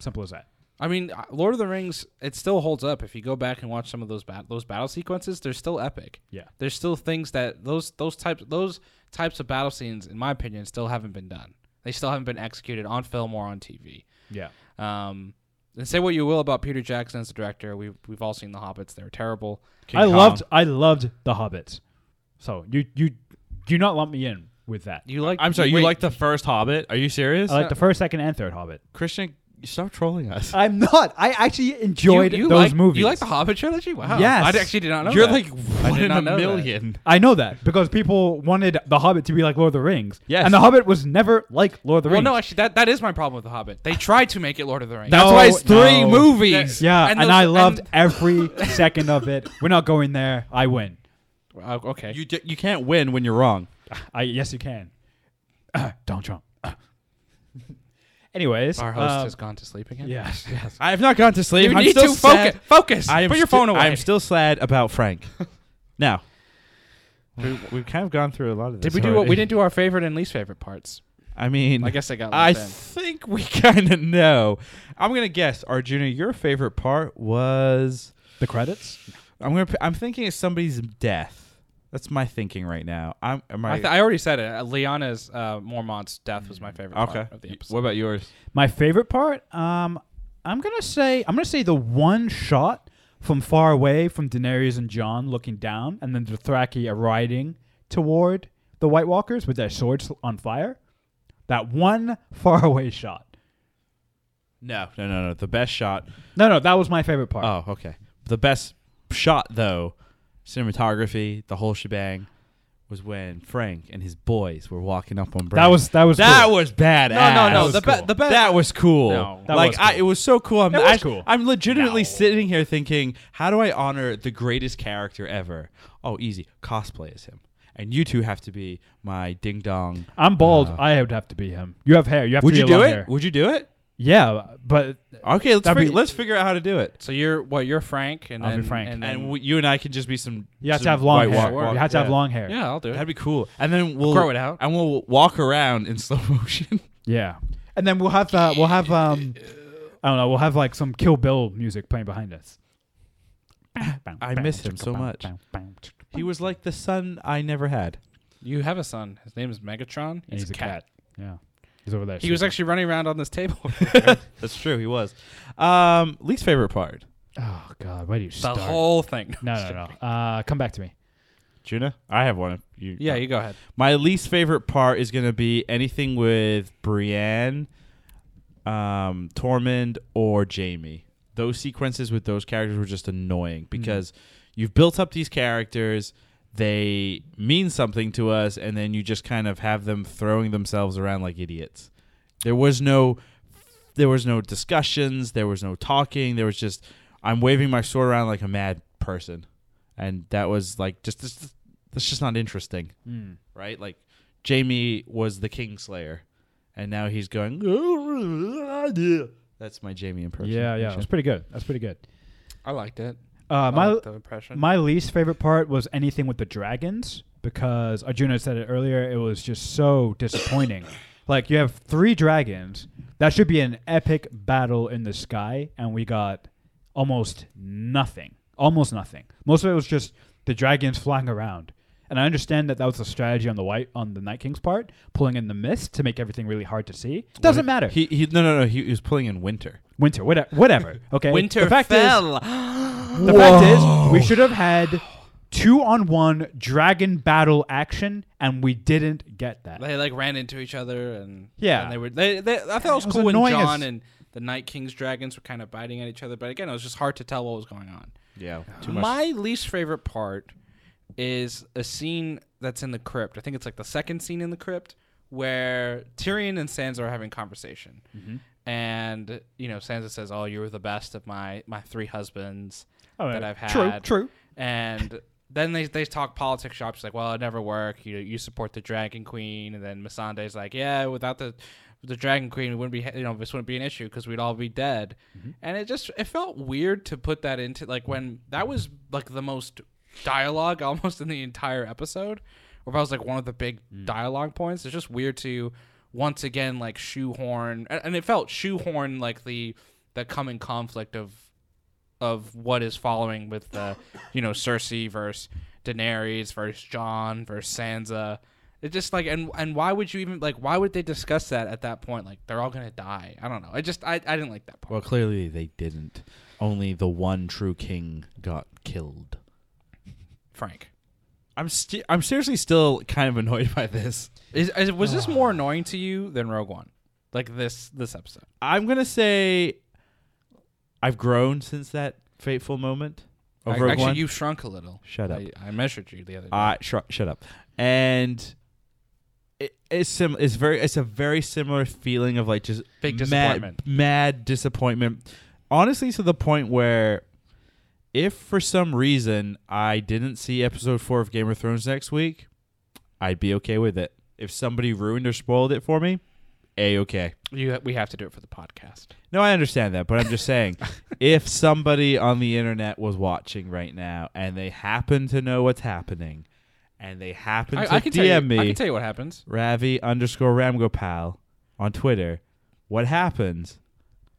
Simple as that. I mean, uh, Lord of the Rings, it still holds up. If you go back and watch some of those bat- those battle sequences, they're still epic. Yeah. there's still things that those those types those types of battle scenes, in my opinion, still haven't been done. They still haven't been executed on film or on TV. Yeah. Um, and say what you will about Peter Jackson as a director, we've we've all seen the Hobbits; they were terrible. King I Kong. loved I loved the Hobbits. So you you do not lump me in with that. You like? I'm sorry, you wait, like the first Hobbit? Are you serious? I like the first, second, and third Hobbit. Christian Stop trolling us. I'm not. I actually enjoyed you, you those like, movies. You like the Hobbit trilogy? Wow. Yes. I actually did not know. You're that. like I one did in not a know that. million. I know that because people wanted The Hobbit to be like Lord of the Rings. Yes. And The Hobbit was never like Lord of the Well, Rings. no, actually, that, that is my problem with The Hobbit. They tried to make it Lord of the Rings. That- That's why it's No, three no. movies. yeah, and, and those- I loved and- every second of it. We're not going there. I win. Uh, okay. You d- you can't win when you're wrong. I yes, you can. Donald Trump. Anyways, Our host um, has gone to sleep again. yes, yes. I have not gone to sleep. You I'm need still to focus. sad. Focus. I am Put your sti- phone away. I am still sad about Frank. now, we, we've kind of gone through a lot of this. did we do already. what we didn't do our favorite and least favorite parts? I mean, I guess I got. I lumped in. think we kind of know. I'm gonna guess, Arjuna, your favorite part was The credits. I'm gonna p- I'm thinking it's somebody's death. That's my thinking right now. I'm am I, I, th- I already said it. Uh, Liana's uh, Mormont's death was my favorite okay. part of the episode. What about yours? My favorite part. Um, I'm gonna say I'm gonna say the one shot from far away from Daenerys and John looking down, and then Dothraki are riding toward the White Walkers with their swords on fire. That one far away shot. No, no, no, no. The best shot. No, no, that was my favorite part. Oh, okay. The best shot though, cinematography, the whole shebang, was when Frank and his boys were walking up on. Bran. that was that was that cool. was badass. no, That no, was the, cool. be- the best. that was cool. No. That like was I, cool. it was so cool. I'm, That was I- cool. I'm legitimately No. sitting here thinking, how do I honor the greatest character ever? Oh, easy, cosplay as him, and you two have to be my ding dong. I'm bald. Uh, I would have to be him. You have hair. You have Would to be you do long it? hair. Would you do it? Yeah, but Okay, let's That'd fig- be- let's figure out how to do it, so you're what? You're Frank, and I'll be then Frank. and, and then, we, you and I can just be some. you have to some have long white hair. walk- Sure. walk- you have to have yeah. long hair. yeah, I'll do it. That'd be cool, and then we'll Grow it out. and we'll walk around in slow motion. Yeah. And then we'll have uh, we'll have um I don't know, we'll have like some Kill Bill music playing behind us. I miss him so much. he was like the son I never had. You have a son. His name is Megatron. And he's a cat. Yeah. He's over there. He was actually running around on this table. That's true. He was. Um, least favorite part, Oh god, why do you the start? whole thing. no, no, no. Uh come back to me. Juna. I have one. of You, Yeah, you go ahead. My least favorite part is going to be anything with Brienne, um, Tormund, or Jamie. Those sequences with those characters were just annoying because you've built up these characters, they mean something to us, and then you just kind of have them throwing themselves around like idiots. There was no, there was no discussions, there was no talking, there was just I'm waving my sword around like a mad person, and that was like just this. That's just not interesting Mm. right? Like Jamie was the Kingslayer, and now he's going. "Oh, That's my Jamie impression. Yeah, yeah. That's pretty good. That's pretty good. I liked it. Uh my I liked Oh, the impression. My least favorite part was anything with the dragons because Arjuna said it earlier. It was just so disappointing. like you have three dragons that should be an epic battle in the sky, and we got almost nothing. Almost nothing. Most of it was just the dragons flying around. And I understand that that was a strategy on the white on the Night King's part, pulling in the mist to make everything really hard to see. Doesn't matter. He, he no no no. He, he was playing in winter. Winter, whatever. Whatever. Okay. Winter The fact is- fell. the fact is, we should have had two on one dragon battle action, and we didn't get that. they like ran into each other and Yeah. and they were. They, they, I thought it was It was cool when annoying as- John and the Night King's dragons were kind of biting at each other, but again, it was just hard to tell what was going on. Yeah, My least favorite part is a scene that's in the crypt. I think it's like the second scene in the crypt where Tyrion and Sansa are having conversation. Mm-hmm. And you know, Sansa says, "Oh, you were the best of my my three husbands Oh, that yeah. I've had." True, true. And then they, they talk politics shop. She's like, "Well, it never work. You you support the Dragon Queen." And then Missandei's like, "Yeah, without the the Dragon Queen, we wouldn't be ha- you know this wouldn't be an issue because we'd all be dead." And it just it felt weird to put that into like when that was like the most dialogue almost in the entire episode, or if I was like one of the big dialogue points. It's just weird to once again like shoehorn and, and it felt shoehorn like the the coming conflict of of what is following with the you know Cersei versus Daenerys versus John versus Sansa. It just like and and why would you even like why would they discuss that at that point? Like they're all gonna die. I don't know. I just I, I didn't like that part. Well, clearly they didn't. Only the one true king got killed. Frank, I'm st- I'm seriously still kind of annoyed by this. is, is was this more annoying to you than Rogue One? like this this episode. I'm gonna say I've grown since that fateful moment of I- Rogue actually, One. you shrunk a little. Shut up. I, I measured you the other day. Uh, shru- shut up. And it, it's sim- It's very. It's a very similar feeling of like just Big disappointment. Mad, mad disappointment. Honestly, to the point where, if for some reason I didn't see episode four of Game of Thrones next week, I'd be okay with it. If somebody ruined or spoiled it for me, a okay. You we have to do it for the podcast. No, I understand that, but I'm just saying, if somebody on the internet was watching right now and they happen to know what's happening, and they happen to I, I can DM tell you, me, I can tell you what happens. Ravi underscore Ramgopal on Twitter, what happens?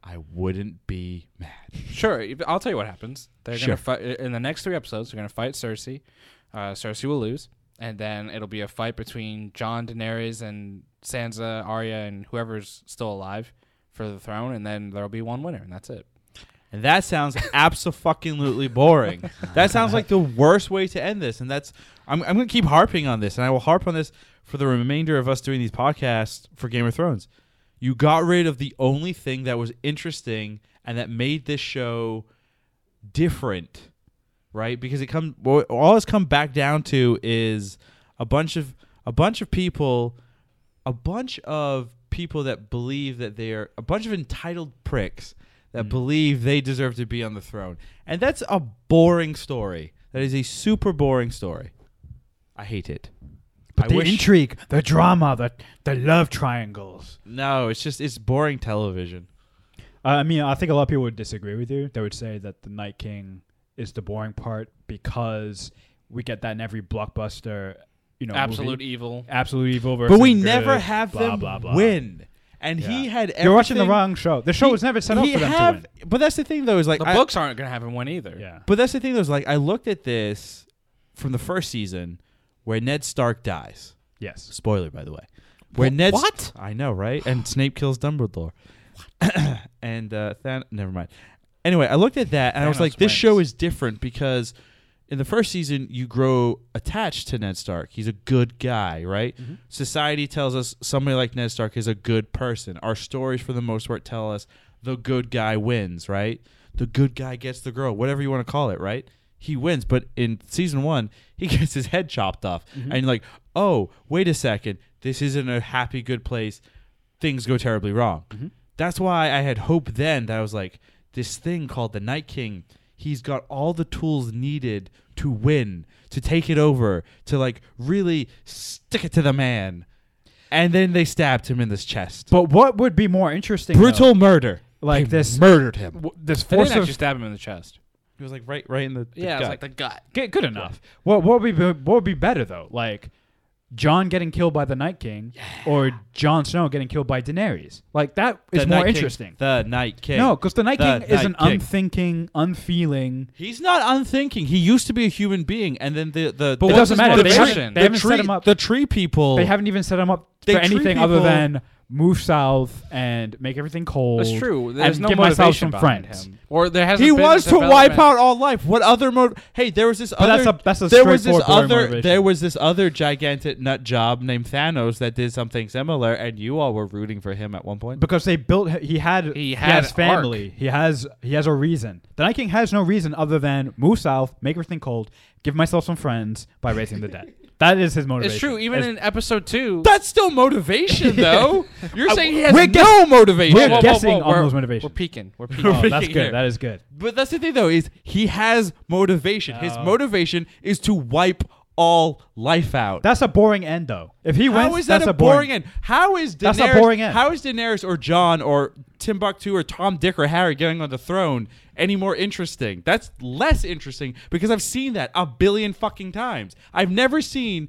I wouldn't be mad. Sure, if- I'll tell you what happens. They're Sure. gonna fight in the next three episodes. They're gonna fight Cersei. Uh, Cersei will lose, and then it'll be a fight between John Daenerys and Sansa, Arya, and whoever's still alive for the throne. And then there'll be one winner, and that's it. And that sounds absolutely boring. That sounds like the worst way to end this. And that's I'm I'm gonna keep harping on this, and I will harp on this for the remainder of us doing these podcasts for Game of Thrones. You got rid of the only thing that was interesting and that made this show different, right? Because it come well, all it's come back down to is a bunch of a bunch of people, a bunch of people that believe that they are a bunch of entitled pricks that Mm. believe they deserve to be on the throne, and that's a boring story. That is a super boring story. I hate it. But I the wish- intrigue, the drama, the the love triangles. No, it's just it's boring television. Uh, I mean, I think a lot of people would disagree with you. They would say that the Night King is the boring part because we get that in every blockbuster, you know, Absolute movie. e- evil. absolute evil. Versus But we good, never have blah, them blah, blah. win. And he Yeah. had everything. You're watching the wrong show. The show was never set up He for them have- to But that's the thing, though, is like The I- books aren't gonna have him win either. win. Yeah. But that's the thing, though, is like I looked at this from the first season where Ned Stark dies. Yes. Spoiler, by the way. Where Wh- Ned what? I know, right? And Snape kills Dumbledore. and uh, Than- never mind. Anyway, I looked at that and I was Thanos like, this wins. show is different because in the first season you grow attached to Ned Stark. He's a good guy, right? Mm-hmm. Society tells us somebody like Ned Stark is a good person. Our stories, for the most part, tell us the good guy wins, right? The good guy gets the girl, whatever you want to call it, right? He wins, but in season one, he gets his head chopped off, Mm-hmm. and you're like, oh, wait a second, this isn't a happy, good place. Things go terribly wrong. Mm-hmm. That's why I had hope then that I was like, this thing called the Night King, he's got all the tools needed to win, to take it over, to like really stick it to the man. And then they stabbed him in this chest. But what would be more interesting? Brutal murder. like They this- murdered though, him. w- this They force didn't of actually stab him in the chest. He was like right right in the Yeah, it's gut. like the gut. Good, good enough. What what would be what would be better though? Like John getting killed by the Night King, or Jon Snow getting killed by Daenerys. Like that is The more Night King- interesting. The Night King. No, because the Night The King is Night an King. unthinking, unfeeling. He's not unthinking. He used to be a human being, and then the the But it doesn't matter. They motivation? haven't, The they haven't tree, set him up. the tree people. they haven't even set him up They for treat anything other people- than move south and make everything cold. That's true. There's and no give myself some motivation behind friends. him. Or there hasn't he been wants to development. wipe out all life. What other mode? Hey, there was this But other. that's a that's a there was this straightforward other. boring motivation. There was this other gigantic nut job named Thanos that did something similar, and you all were rooting for him at one point. because they built he had He he, had has an arc. family he has he has a reason the night king has no reason other than move south make everything cold give myself some friends by raising the dead that is his motivation It's true. Even It's- in episode two, that's still motivation, though. You're I- saying he has we're no guess- motivation. we're Well, guess- guessing on we're- those motivations. We're peeking. We're peeking. oh, that's here. good that is good But that's the thing, though, is he has motivation. His No. motivation is to wipe all life out. that's a boring end though if he How wins is that that's a boring end? How is Daenerys? That's a boring end. How is Daenerys or John or Timbuktu or Tom, Dick, or Harry getting on the throne any more interesting? That's less interesting because I've seen that a billion fucking times. I've never seen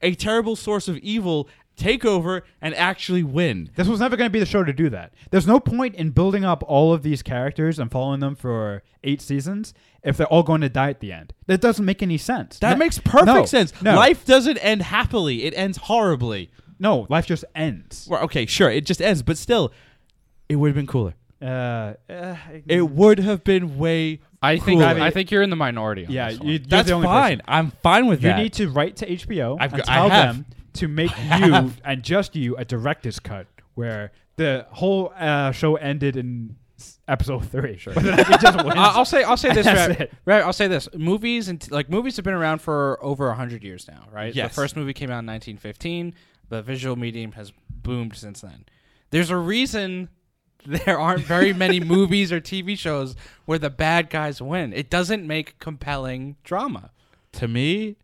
a terrible source of evil take over and actually win. This was never going to be the show to do that. There's no point in building up all of these characters and following them for eight seasons if they're all going to die at the end. That doesn't make any sense. That No- makes perfect no, sense. No, Life doesn't end happily; it ends horribly. no, life just ends. Well, okay, sure, it just ends, but still, it would have been cooler. Uh, uh, It would have been way. I think cooler. I think you're in the minority. On yeah, this you, one. you're that's the only fine. person. I'm fine with You that. need to write to HBO I've and got- I tell have. them to make have. you and just you a director's cut where the whole uh, show ended in s- episode three. Sure. But then it just wins. I- I'll say I'll say this. That's Rav, it. Rav, I'll say this. Movies and t- like movies have been around for over hundred years now, right? Yes. The first movie came out in 1915. The visual medium has boomed since then. There's a reason there aren't very many movies or TV shows where the bad guys win. It doesn't make compelling drama. To me,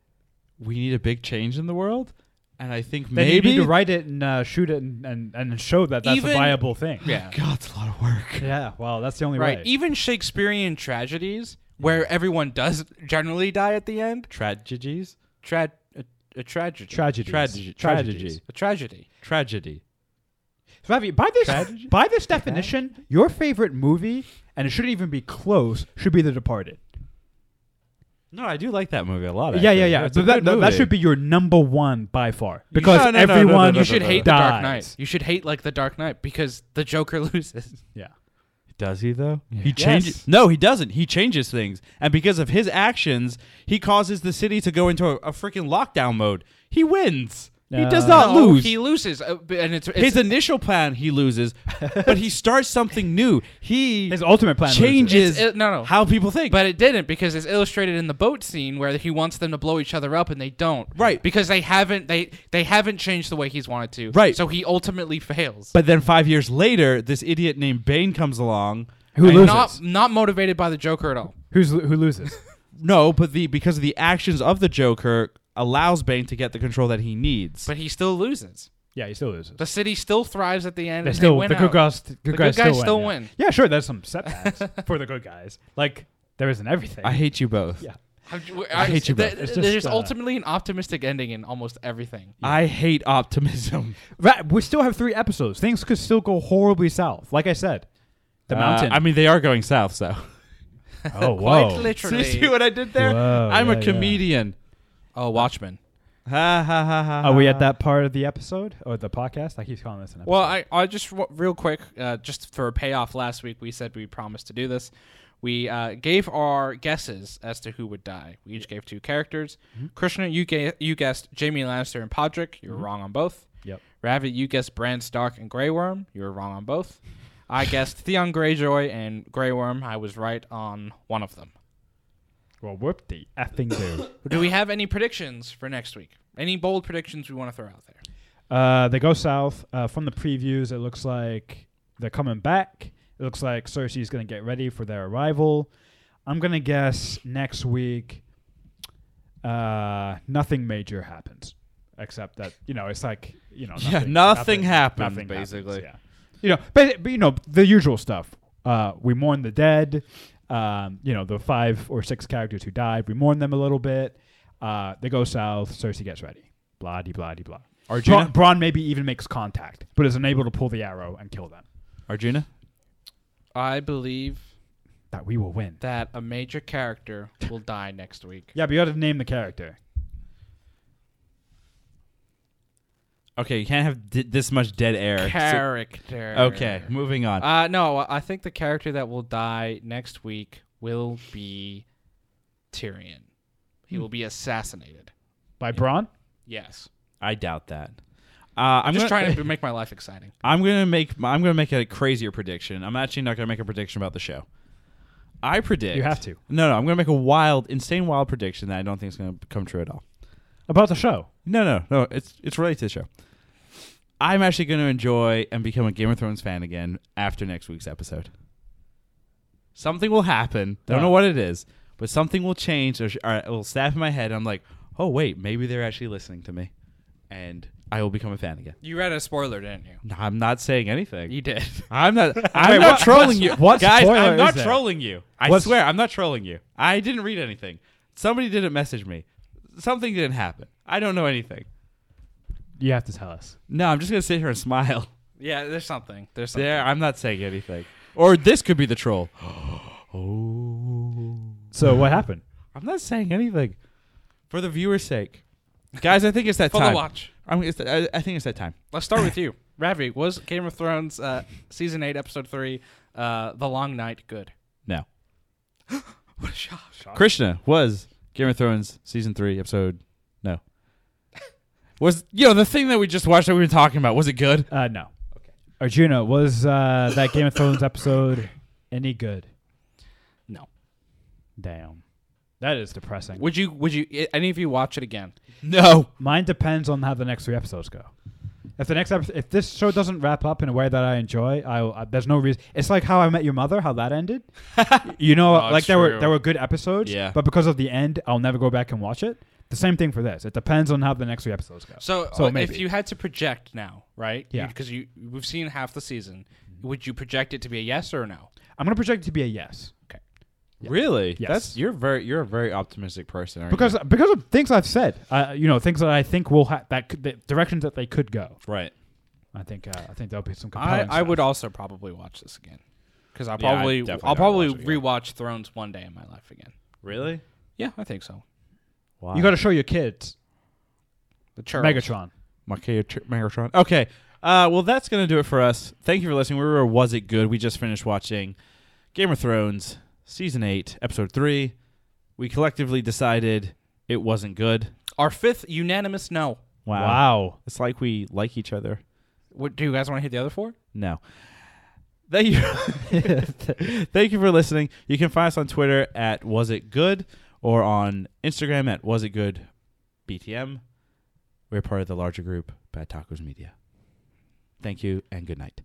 we need a big change in the world, and I think Then maybe you need to write it and uh, shoot it and, and, and show that that's Even- a viable thing. Yeah. God, it's a lot of work. Yeah, well, that's the only Right. way. Even Shakespearean tragedies, where everyone does generally die at the end, Tragedies, tra- a, a tragedy. Tragedies. Tragedy. Tragedies. a tragedy. tragedy. Ravi, by this Tragedy? by this definition, your favorite movie, and it shouldn't even be close, should be The Departed. No, I do like that movie a lot. yeah, yeah, actually. yeah. It's a But that, good that- that movie. should be your number one by far because No, no, no, no, everyone no, no, You should hate the Dark Knight. dies. You should hate like the Dark Knight because the Joker loses. Yeah. Does he though? He Yes. changes. No, he doesn't. He changes things, and because of his actions, he causes the city to go into a, a freaking lockdown mode. He wins. he does No. not lose. He loses, uh, b- and it's, it's his initial plan he loses, but he starts something new. He His ultimate plan loses. changes It's- it- no, no. how people think. but it didn't because it's illustrated in the boat scene where he wants them to blow each other up and they don't. Right. Because they haven't they they haven't changed the way he's wanted to. Right. So he ultimately fails. But then five years later, this idiot named Bane comes along. Who and loses? not not motivated by the Joker at all. Who's who loses? No, but the because of the actions of the Joker allows Bane to get the control that he needs. But he still loses. yeah, he still loses. The city still thrives at the end. They and still they win the good out. guys. Good good guys, guys still, still win, win. Yeah. yeah, sure. There's some setbacks for the good guys. Like there isn't everything. I hate you both. yeah. I'm j- I hate you th- both. It's there's just, uh, ultimately an optimistic ending in almost everything. I hate optimism. Right, we still have three episodes. Things could still go horribly south. Like I said, the Uh, mountain. I mean, they are going south, so. oh, Quite whoa. literally. See what I did there? Whoa, I'm yeah, a yeah. comedian. Oh, Watchmen. Ha ha ha ha. Are we ha. at that part of the episode or the podcast? I keep calling this an episode. Well, I, I just w- real quick, uh, just for a payoff last week, we said we promised to do this. We uh, gave our guesses as to who would die. We each gave two characters. Krishna, you ga- you guessed Jamie Lannister and Podrick. You were wrong on both. Yep. Ravi, you guessed Bran Stark and Grey Worm. You were wrong on both. I guessed Theon Greyjoy and Grey Worm. I was right on one of them. Well, whoop the effing do. Do we have any predictions for next week? Any bold predictions we want to throw out there? uh, they go south. Uh, from the previews, it looks like they're coming back. It looks like Cersei's going to get ready for their arrival. I'm going to guess next week uh, nothing major happens. Except that, you know, it's like, you know, Yeah, nothing, nothing happened, basically. yeah. You know, but, but, you know, the usual stuff. Uh, we mourn the dead. Um, you know, the five or six characters who died. We mourn them a little bit. Uh, they go south. Cersei gets ready. Blah, de blah, de blah. Arjuna? Bron, Bron maybe even makes contact, but is unable to pull the arrow and kill them. Arjuna? I believe That we will win. that a major character will die next week. Yeah, but you got to name the character. Okay, you can't have d- this much dead air. Character. So- okay, moving on. Uh, no, I think the character that will die next week will be Tyrion. He Hmm. will be assassinated. By Bron? Yes. I doubt that. Uh, I'm, I'm just gonna- trying to make my life exciting. I'm gonna make. I'm gonna make a crazier prediction. I'm actually not gonna make a prediction about the show. I predict. You have to. No, no. I'm gonna make a wild, insane, wild prediction that I don't think is gonna come true at all. About the show. No, no, no. It's it's related to the show. I'm actually gonna enjoy and become a Game of Thrones fan again after next week's episode. Something will happen. Don't know Wow. what it is, but something will change or, sh- or it will snap in my head. I'm like, oh wait, maybe they're actually listening to me, and I will become a fan again. You read a spoiler, didn't you? No, I'm not saying anything. You did. I'm not. I'm Wait, not what- trolling what's- you. what guys? spoiler I'm not is there? trolling you. I What's- swear, I'm not trolling you. I didn't read anything. Somebody didn't message me. Something didn't happen. I don't know anything. You have to tell us. No, I'm just gonna sit here and smile. Yeah, there's something. There's something. There, I'm not saying anything. Or this could be the troll. Oh. So what happened? I'm not saying anything for the viewer's sake, guys. I think it's that For the time. watch. I'm, it's the, I, I think it's that time. Let's start with you. Ravi, was Game of Thrones uh, season 8 episode 3 uh, The Long Night good? No, What a shock. Krishna was Game of Thrones season three episode. No, was you know the thing that we just watched that we were talking about? Was it good? Uh, no. Arjuna, was uh, that Game of Thrones episode any good? No. Damn. That is depressing. Would you? Would you? i- Any of you watch it again? No. Mine depends on how the next three episodes go. If the next episode, if this show doesn't wrap up in a way that I enjoy, I, will- I there's no reason. It's like How I Met Your Mother, how that ended. you know, Oh, like it's there were true. there were good episodes, Yeah. but because of the end, I'll never go back and watch it. The same thing for this. It depends on how the next three episodes go. So, So uh, maybe. if you had to project now, right? Yeah. Because you, we've seen half the season. Would you project it to be a yes or a no? I'm gonna project it to be a yes Really? Yes. That's you're very you're a very optimistic person. Aren't because you? because of things I've said. Uh, you know, things that I think will ha- that could, the directions that they could go. right. I think uh, I think there'll be some. I, Compelling I stuff. would also probably watch this again. Because I'll Yeah, I'd probably definitely I'll gotta probably watch it again. rewatch Thrones one day in my life again. Really? Yeah, I think so. Wow. You got to show your kids The church. Megatron. Maka- Tr- Megatron. Okay. Uh, well, that's going to do it for us. Thank you for listening. We were Was It Good? We just finished watching Game of Thrones, Season 8, Episode 3. We collectively decided it wasn't good. Our fifth unanimous no. wow. It's like we like each other. What do you guys want to hit the other four? No. Thank you. Thank you for listening. You can find us on Twitter at Was It Good or on Instagram at Was It Good BTM. We're part of the larger group, Bad Tacos Media. Thank you and good night.